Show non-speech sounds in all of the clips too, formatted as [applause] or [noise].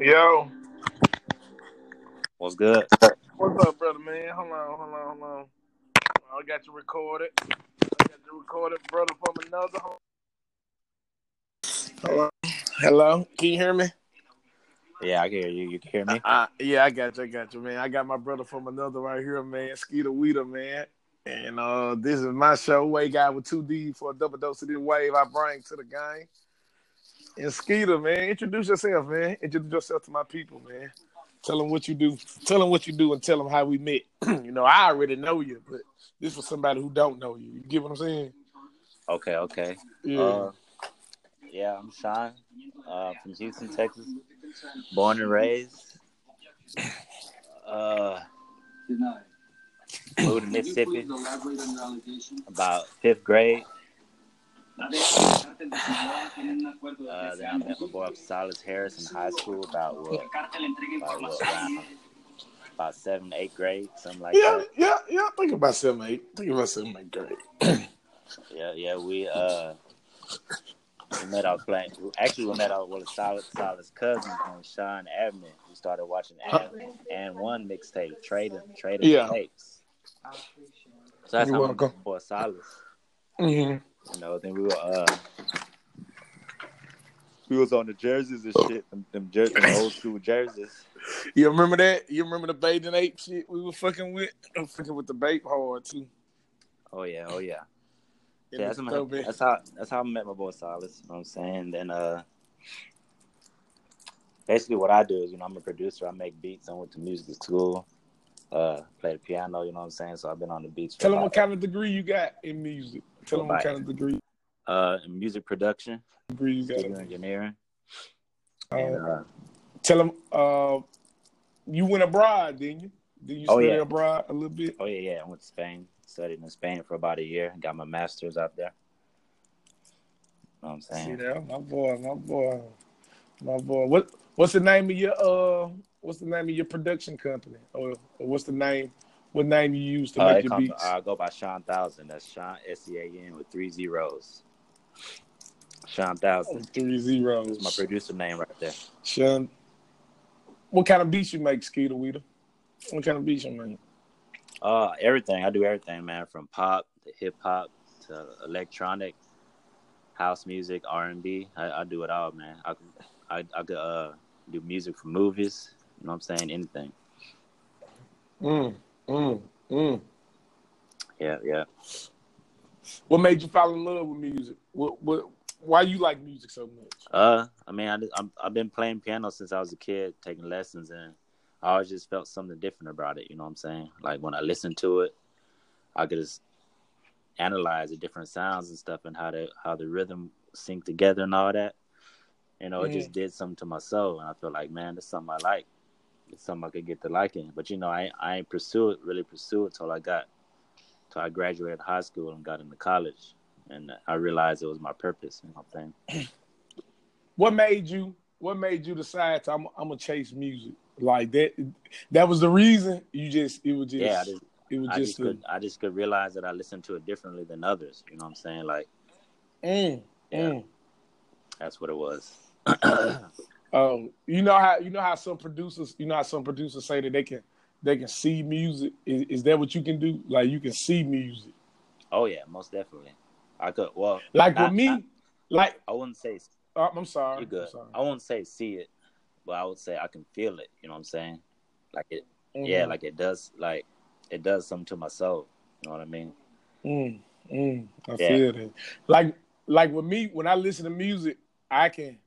Yo, What's good? what's up, brother man? Hold on, hold on, hold on. I got you recorded. I got you recorded, brother from another. Hello, hello. Can you hear me? Yeah, I can hear you. You can hear me? Uh, yeah, I got you. I got you, man. I got my brother from another right here, man. Skeeter Weeder, man. And uh, this is my show, Way Guy with 2D for a double dose of this wave I bring to the game. And Skeeter, man, introduce yourself, man. Introduce yourself to my people, man. Tell them what you do. Tell them what you do and tell them how we met. [clears throat] you know, I already know you, but this was somebody who don't know you. You get what I'm saying? Okay, okay. Yeah. Uh, yeah, I'm Sean uh, from Houston, Texas. Born and raised. Uh, moved to Mississippi about fifth grade. Uh, then I met my boy Silas Harris in high school about what? About, what, around- about seven, eight grade, something like yeah, that. yeah, yeah. Think about seven, eight. Think about seven, eight. Great. Yeah, yeah, we uh we met our playing. Actually, we met our well, solid, solid cousins on um, Sean Avenue. We started watching Huh. and, and one mixtape, trading, trading Yeah. tapes. So that's You're how we welcome. met for Silas. Mm-hmm. You know, then we were uh we was on the jerseys and shit, them, them, jer- them old school jerseys. You remember that? You remember the bathing ape shit we were fucking with? I'm fucking with the babe hard too. Oh yeah, oh yeah. It yeah was that's, how, dope, man. that's how that's how I met my boy Silas. You know what I'm saying? Then uh basically what I do is, you know, I'm a producer, I make beats, I went to music school, uh, play the piano, you know what I'm saying? So I've been on the beats for Tell them what about- kind of degree you got in music. Tell them what Right. kind of degree uh in music production, degree you got. studio engineering. And, Uh, uh, tell them uh, you went abroad, didn't you? Did you Oh, study yeah. abroad a little bit? oh yeah, yeah, I went to Spain, studied in Spain for about a year, got my masters out there. You know what I'm See saying? that, my boy, my boy, my boy. What what's the name of your uh? What's the name of your production company, or, or what's the name? What name you use to Uh, make it your comes, beats? I go by Sean Thousand. That's Sean S E A N with three zeros. Sean Thousand. Three zeros. That's my producer name right there. Sean, what kind of beats you make, Skeeter Weeder? What kind of beats you make? Uh, everything. I do everything, man. From pop to hip hop to electronic, house music, R and B. I, I do it all, man. I I, I could uh, do music for movies. You know what I'm saying? Anything. Mm, mm, mm. Yeah, yeah. What made you fall in love with music? What, what, why you like music so much? Uh, I mean, I just- I'm, I've been playing piano since I was a kid, taking lessons, and I always just felt something different about it. You know what I'm saying? Like when I listened to it, I could just analyze the different sounds and stuff, and how the how the rhythm sync together and all that. You know, it just did something to my soul, and I felt like, man, this is something I like. It's something I could get to liking. But you know, I I ain't pursue it, really pursue it till I got till I graduated high school and got into college, and I realized it was my purpose. You know what I'm saying? What made you? What made you decide to, I'm, I'm gonna chase music like that? That was the reason. You just it was just Yeah, I just it was I just, just could I just could realize that I listened to it differently than others. You know what I'm saying? Like a, mm, Yeah. mm. that's what it [clears throat] was. Um, you know how you know how some producers you know how some producers say that they can they can see music. Is, is that what you can do? Like you can see music. oh yeah, most definitely. I could well Like I- with me, I, like I wouldn't say uh, I'm sorry. you good. Oh, I'm sorry. I wouldn't say see it, but I would say I can feel it. You know what I'm saying? Like it yeah, Mhm. like it does like it does something to my soul. You know what I mean? Mm, mm, I Yeah. feel that. Like, like with me, when I listen to music, I can,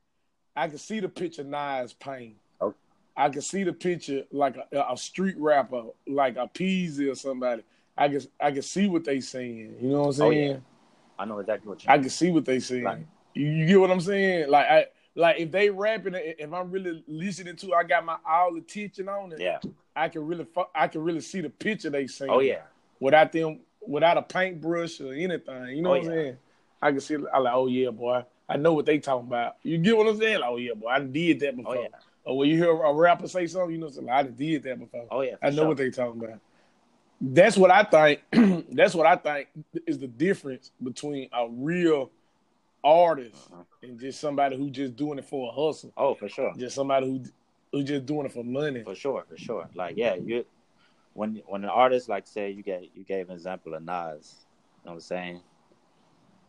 I can see the picture Nas Payne. Oh. I can see the picture like a, a street rapper, like a Peasy or somebody. I can, I can see what they saying. You know what I'm Oh, saying? yeah. I know exactly what you I can see what they saying. Right. You, you get what I'm saying? Like, I, like if they rapping, it, if I'm really listening to, it, I got my all attention on it. Yeah. I can really, fu- I can really see the picture they saying Oh yeah. without them without a paintbrush or anything. You know Oh, what I'm yeah. saying? I can see I like, oh yeah, boy. I know what they talking about. You get what I'm saying? Like, oh yeah, boy, I done did that Oh before. yeah. Or when you hear a rapper say something, you know, something, I done did that before. Oh yeah. for I know sure. what they talking about. That's what I think. [clears throat] that's what I think is the difference between a real artist Mhm. and just somebody who just doing it for a hustle. Oh, for sure. Just somebody who Who's just doing it for money. For sure, for sure. Like yeah, you when when an artist like say you gave you gave an example of Nas, you know what I'm saying?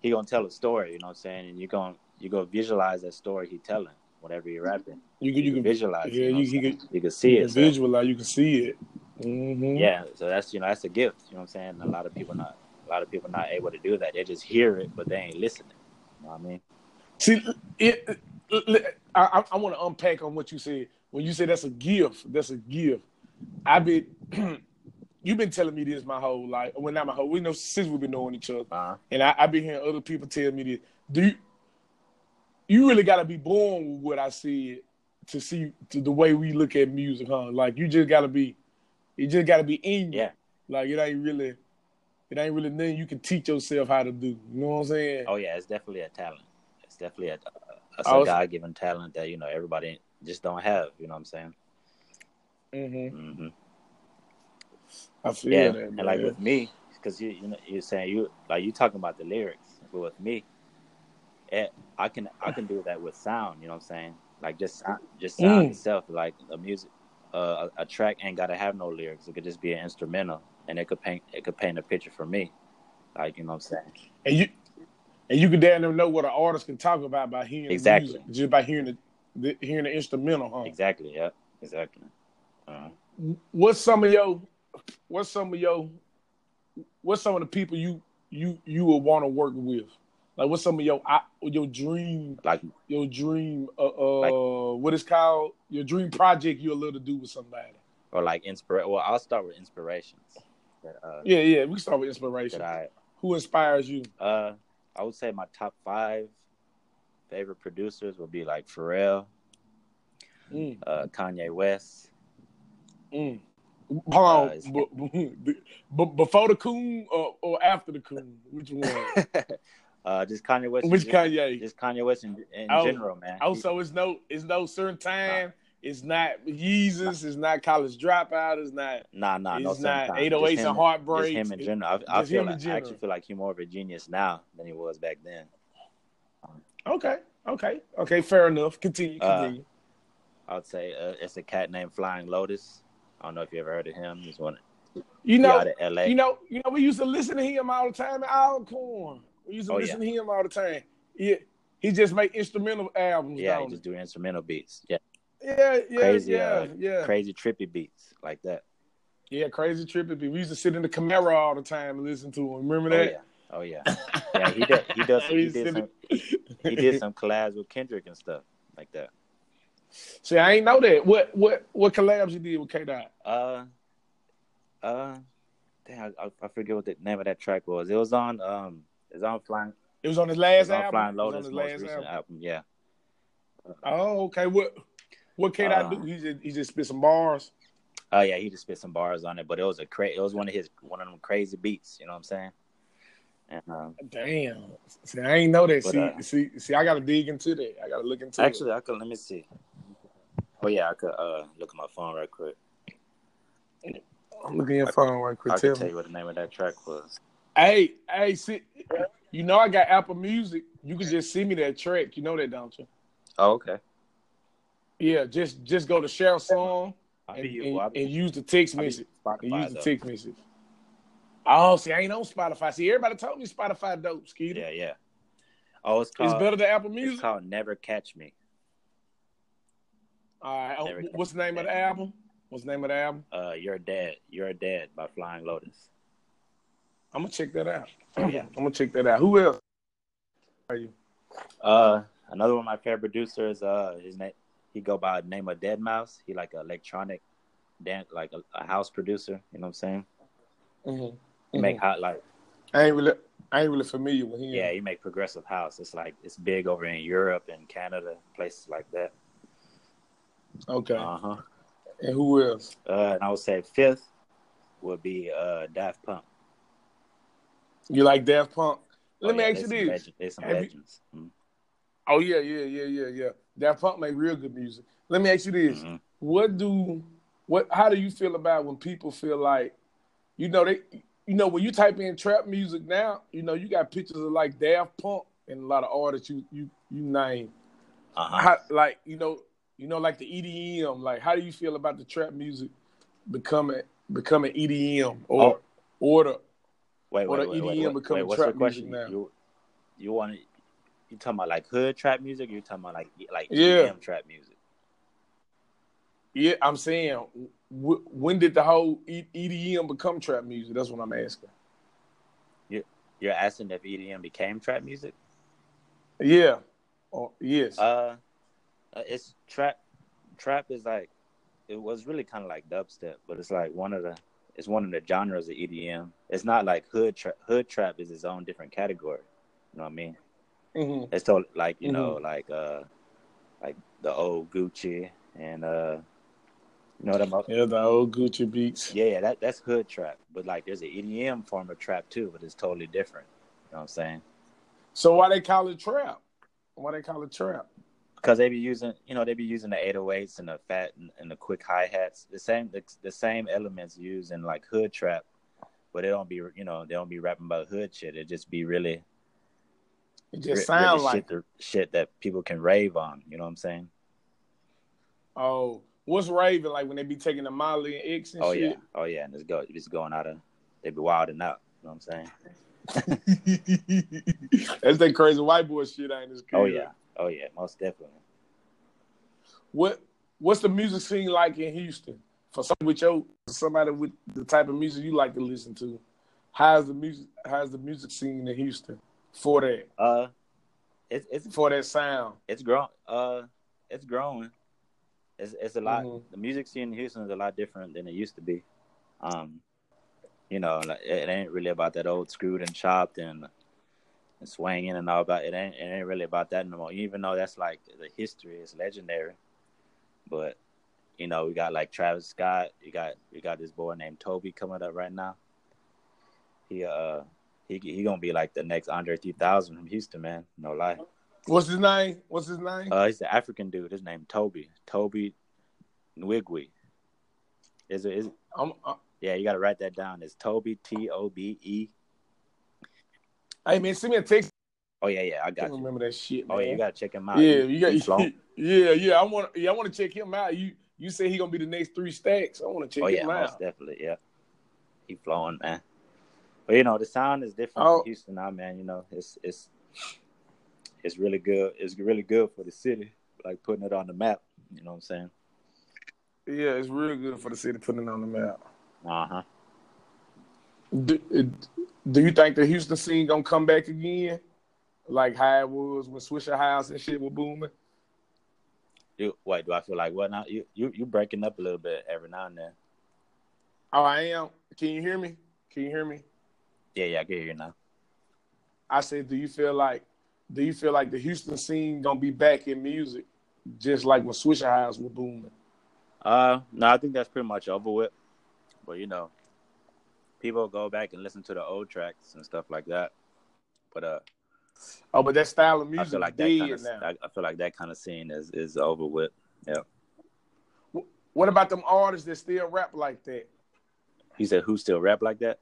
He gonna tell a story, you know what I'm saying, and you gonna you gonna visualize that story he telling, whatever he rapping. You You, can you can can visualize, it, yeah, you, know you- what I'm you saying? you can see you it. can so- visualize, you can see it. hmm yeah, so that's you know that's a gift. You know what I'm saying? A lot of people not a lot of people not able to do that. They just hear it, but they ain't listening. You know what I mean? See, it, it- I, I, I want to unpack on what you said. When you say that's a gift, that's a gift. I've been, [clears throat] you've been telling me this my whole life. Well, not my whole. We know since we've been knowing each other, Uh-huh. and I, I've been hearing other people tell me this. Do you? You really got to be born with what I said to see to the way we look at music, huh? Like you just got to be, you just got to be in you. Yeah. Like it ain't really, it ain't really nothing you can teach yourself how to do. You know what I'm saying? Oh yeah, it's definitely a talent. It's definitely a, a, I was- God given talent that you know everybody just don't have. You know what I'm saying? hmm hmm I feel Yeah, that. and like man. with me, because you you know you're saying you like you talking about the lyrics, but with me, eh, I can I can do that with sound. You know what I'm saying? Like just sound, just sound Mm. itself, like the music, uh, a, a track ain't gotta have no lyrics. It could just be an instrumental, and it could paint it could paint a picture for me. Like you know what I'm saying? and you and you can damn near know what an artist can talk about by hearing the Exactly. music, just by hearing the, the hearing the instrumental. Oh. Huh? Exactly. Yeah. Exactly. Uh, What's some of your what's some of your what's some of the people you you you would want to work with? Like what's some of your I- your dream like your dream uh, uh what is called your dream project you'll love to do with somebody? or like inspire. Well, I'll start with inspirations. That, uh, Yeah, yeah. We can start with inspiration. that I Who inspires you? uh, I would say my top five favorite producers would be like Pharrell, Mm, uh, Kanye West. [laughs] mm. Hold Uh, on, b- b- before the coon or, or after the coon? Which one? uh, just Kanye West. Which just, Kanye? just Kanye West in, in Oh, general, man. Also, it's no, it's no certain time. It's not Yeezus. It's not College Dropout. It's not. nah, nah, no. it's not sometimes. Just 808s him- and Just Heartbreak. him in general. I, I just feel him in like I actually general. feel like he's more of a genius now than he was back then. Okay, okay, okay. Fair enough. Continue, Uh, continue. I would say uh, it's a cat named Flying Lotus. I don't know if you ever heard of him. He's one. you he know, out of L.A. you know, you know. We used to listen to him all the time at Alcorn. We used to Oh, listen to him all the time. Yeah, he just make instrumental albums. yeah, he don't he? just do instrumental beats. Yeah, yeah, yeah, crazy, yeah, uh, yeah. crazy trippy beats like that. Yeah, crazy trippy. We used to sit in the Camaro all the time and listen to him. Remember Oh that? yeah, oh yeah, yeah. He does. He [laughs] does. He He's did silly. some. He did some collabs with Kendrick and stuff like that. See, I ain't know that. What what what collabs you did with K Dot? Uh, uh, damn, I, I forget what the name of that track was. It was on um, it's on Flying, It was on his it's last on album. Flying It was Lotus' on most his last recent album. album. Yeah, Oh, okay. What what K Dot Uh, do? He just he just spit some bars. oh yeah, he just spit some bars on it, but it was a cra- It was one of his one of them crazy beats. You know what I'm saying? And um, Damn. See, I ain't know that. But, see, uh, see, see, I gotta dig into that. I gotta look into it. actually, I could let me see. Oh yeah, I could uh look at my phone right quick. I'm looking at your phone right I quick. could Tell tell me. you what the name of that track was. Hey, hey, see, you know I got Apple Music. You can just see me that track. You know that, don't you? Oh okay. Yeah, just just go to share song I and, be you. and, I be, and use the text I be message. And use Spotify the though. text message. Oh, see, I ain't on Spotify. See, everybody told me Spotify dope, Skeeter. Yeah, yeah. Oh, it's It's called. better than Apple It's Music. called Never Catch Me. All right. Never oh, What's the name of the album? What's the name of the album? Uh, You're dead. You're dead by Flying Lotus. I'm gonna check that out. [clears throat] Yeah. I'm gonna check that out. Who else? Are you? Uh, another one of my favorite producers. Uh, his name. He go by the name of Dead Mouse. He like an electronic, dance like a, a house producer. You know what I'm saying? He make Mm-hmm. hot like I ain't really, I ain't really familiar with him. yeah. He make progressive house. It's like it's big over in Europe and Canada, places like that. Okay. Uh huh. and who else? Uh, and I would say fifth would be uh Daft Punk. You like Daft Punk? Oh, Let me yeah, ask you they some this. legend- they some Have you- legends. Mm. Oh yeah, yeah, yeah, yeah, yeah. Daft Punk make real good music. Let me ask you this. Mhm. what do what how do you feel about when people feel like you know they you know when you type in trap music now you know you got pictures of like Daft Punk and a lot of artists you you you name Uh-huh. how, like you know You know, like the EDM. Like, how do you feel about the trap music becoming becoming EDM or Oh. or the Wait, Or wait, the wait, wait, EDM wait, become wait, what's trap the question? music now. You, you want you talking about like hood trap music? Or you talking about like e- like Yeah. EDM trap music? yeah? I'm saying, w- when did the whole E- EDM become trap music? That's what I'm asking. You're asking if EDM became trap music? Yeah. Or yes. Uh, uh, it's trap. Trap is like it was really kind of like dubstep, but it's like one of the it's one of the genres of EDM. It's not like hood trap. Hood trap is its own different category. You know what I mean? Mhm. It's so like you know Mm-hmm. like uh like the old Gucci and uh you know them Yeah, the old Gucci beats. Yeah, yeah, that that's hood trap. But like, there's an EDM form of trap too, but it's totally different. You know what I'm saying? So why they call it trap? Why they call it trap? Because they be using, you know, they be using the 808s and the fat and, and the quick hi hats, the same the, the same elements used in like hood trap, but they don't be, you know, they don't be rapping about hood shit. It just be really, It re- really just sounds like shit, the, shit that people can rave on. You know what I'm saying? Oh, what's Raven like when they be taking the Molly and X and oh yeah, shit? oh yeah, and it's go, it's going out of, they be wilding out. You know what I'm saying? That's that crazy white boy shit ain't this Oh yeah, oh yeah, most definitely. What what's the music scene like in Houston? For somebody with your for somebody with the type of music you like to listen to. How's the music how's the music scene in Houston for that? Uh, it's it's For that sound. it's grown. Uh, it's growing. It's it's a lot. Mhm. The music scene in Houston is a lot different than it used to be. Um, you know, like, it, it ain't really about that old screwed and chopped and and swinging and all about. It ain't it ain't really about that no more. Even though that's like the history is legendary, but you know we got like Travis Scott. You got you got this boy named Toby coming up right now. He uh he he gonna be like the next Andre 3000 from Houston, man. No lie. What's his name? What's his name? Uh, he's an African dude. His name Toby. Toby Nwigwe. Is it? Is I'm, I, yeah? You got to write that down. It's Toby T O B E. hey man, send me a text. Oh yeah, yeah. I I got can't you. remember that shit, man. Oh yeah, you gotta check him out. Yeah, He- you got he flown. [laughs] yeah, yeah. I want yeah, I want to check him out. You you say he gonna be the next three stacks. I want to check Oh yeah, him most out. definitely. Yeah, he flowing, man. But you know, the sound is different Oh. in Houston now, man. You know, it's it's it's really good. It's really good for the city, like putting it on the map. You know what I'm saying? Yeah, it's real good for the city putting it on the map. Uh huh. Do, uh, do you think the Houston scene gonna come back again, like how it was when Swisher House and shit were booming? You wait? Do I feel like what now? You you you breaking up a little bit every now and then. Oh, I am. Can you hear me? Can you hear me? Yeah, yeah. I can hear you now. I said, do you feel like do you feel like the Houston scene gonna be back in music, just like when Swisher House were booming? Uh, no, I think that's pretty much over with. But you know, people go back and listen to the old tracks and stuff like that. But uh, Oh, but that style of I music feel like that dead kind of now. I, I feel like that kind of scene is is over with. What about them artists that still rap like that? You said who still rap like that?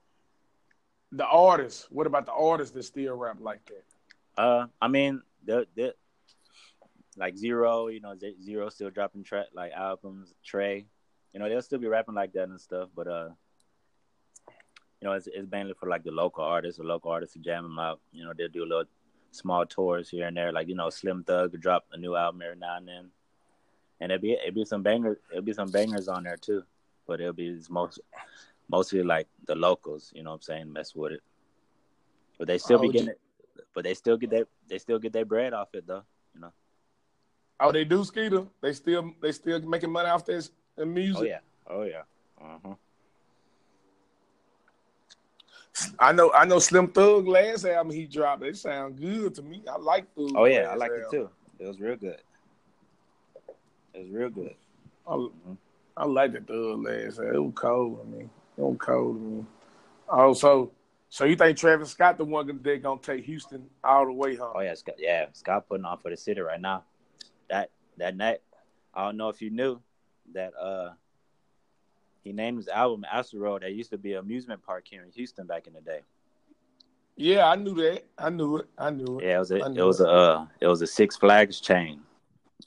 The artists. What about the artists that still rap like that? Uh, I mean, the the like Zero, you know, Z- Zero still dropping track like albums. Trey, you know, they'll still be rapping like that and stuff. But uh, you know, it's it's mainly for like the local artists. The local artists to jam them out. You know, they'll do a little small tours here and there. Like you know, Slim Thug will drop a new album every now and then, and it'll be it'll be some bangers. It'll be some bangers on there too. But it'll be it's most mostly like the locals. You know what I'm saying? Mess with it. But they still be Oh, getting do- it. But they still get their they still get their bread off it though. You know. Oh, they do Skeeter. They still they still making money off this uh, music. Oh yeah. Oh yeah. Uh-huh. I know I know Slim Thug last album he dropped. It sound good to me. I like Thug. Oh yeah, I last liked it album. too. It was real good. It was real good. Mhm. I, I like the Thug last album. It was cold to me. It was cold to me. Oh, so so you think Travis Scott the one that gonna take Houston all the way, huh? Oh yeah, Scott, yeah, Scott putting on for the city right now. That that night, I don't know if you knew that uh he named his album Astro Road. That used to be an amusement park here in Houston back in the day. Yeah, I knew that. I knew it. I knew it. Yeah, it was a I it knew was a uh, it was a Six Flags chain,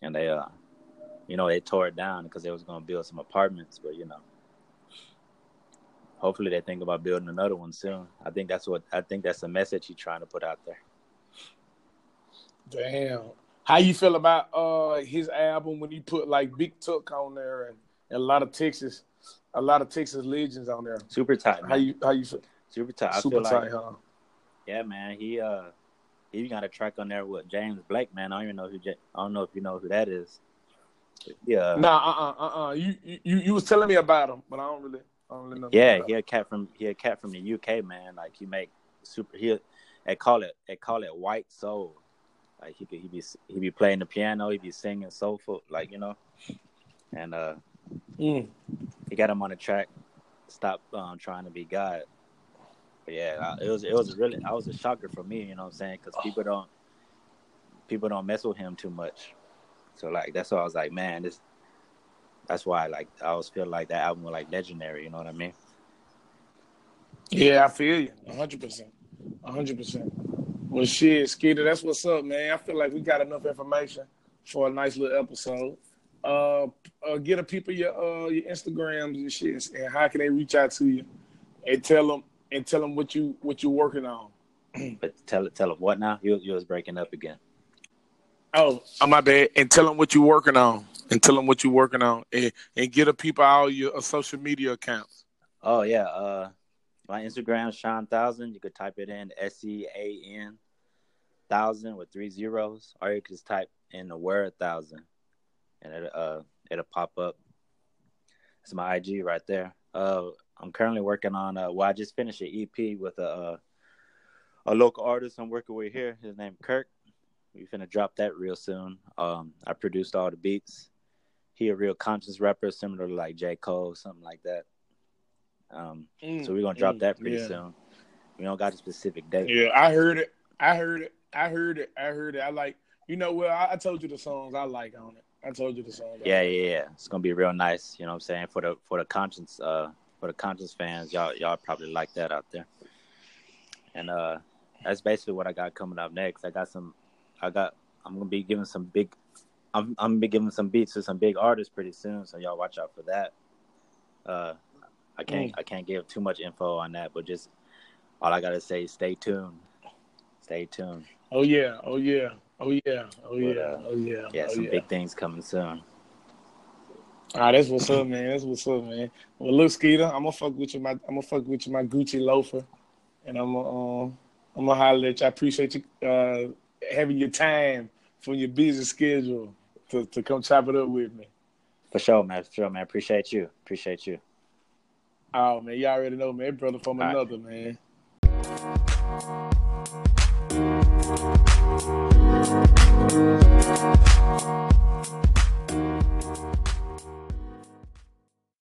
and they uh You know, they tore it down because they was gonna build some apartments, but you know, hopefully they think about building another one soon. I think that's what I think that's the message he's trying to put out there. Damn. How you feel about uh his album when he put like Big Tuck on there and, and a lot of Texas, a lot of Texas legends on there? Super tight. How Man. you how you feel? Super tight. I Super feel tight, like huh? yeah, man. He uh he got a track on there with James Blake, man. I don't even know who Ja- I don't know if you know who that is. Yeah. Nah, uh, uh, uh, uh. You, you, you you was telling me about him, but I don't really, I don't really know. Yeah, about he a cat from he a cat from the UK, man. Like he make super. He they call it they call it white soul. Like he could he be he be playing the piano, he be singing soulful, like you know. And uh him. Mm. he got him on the track. Stop um, trying to be God. But yeah, I, it was it was really I was a shocker for me, you know what I'm saying? Because people don't people don't mess with him too much. So like that's why I was like, man, this. That's why like I always feel like that album was like legendary. You know what I mean? Yeah, I feel you, hundred percent, hundred percent. Well, shit, Skeeter, that's what's up, man. I feel like we got enough information for a nice little episode. Uh, uh get a people your uh your Instagrams and shit, and how can they reach out to you and tell them and tell them what you what you're working on. But tell tell him what now? You you was breaking up again. Oh, oh my bad. And tell them what you're working on, and tell them what you're working on, and and get a people all your uh, social media accounts. Oh yeah, uh, my Instagram Sean Thousand. You could type it in S E A N Thousand with three zeros, or you could just type in the word Thousand, and it uh it'll pop up. It's my IG right there. Uh, I'm currently working on uh, well, I just finished an EP with a uh, a local artist I'm working with here. His name Kirk. We're gonna drop that real soon. Um, I produced all the beats. He a real conscious rapper, similar to like J Cole, something like that. Um, so we're gonna drop that pretty Mm, yeah. soon. We don't got a specific date. Yeah, I heard it. I heard it. I heard it. I heard it. I like. You know, well, I, I told you the songs I like on it. I told you the songs. I Yeah, yeah, yeah. It's gonna be real nice. You know what I'm saying? For the for the conscience, uh, for the conscience fans, y'all y'all probably like that out there. And uh, that's basically what I got coming up next. I got some, I got. I'm gonna be giving some big. I'm I'm gonna be giving some beats to some big artists pretty soon. So y'all watch out for that. Uh, I can't Mm. I can't give too much info on that, but just all I gotta say is stay tuned. Stay tuned. Oh yeah. Oh yeah. Oh yeah. Oh yeah. uh, oh yeah. Yeah, oh, some yeah. big things coming soon. Ah, that's what's up, man. That's what's up, man. Well, look, Skeeter, I'm gonna fuck with you. My, I'm gonna fuck with you. My Gucci loafer, and I'm gonna, um, I'm gonna holler at you. I appreciate you uh, having your time from your busy schedule to, to come chop it up with me. For sure, man. For sure, man. Appreciate you. Appreciate you. Oh man, you already know, man. Brother from All right. another, man.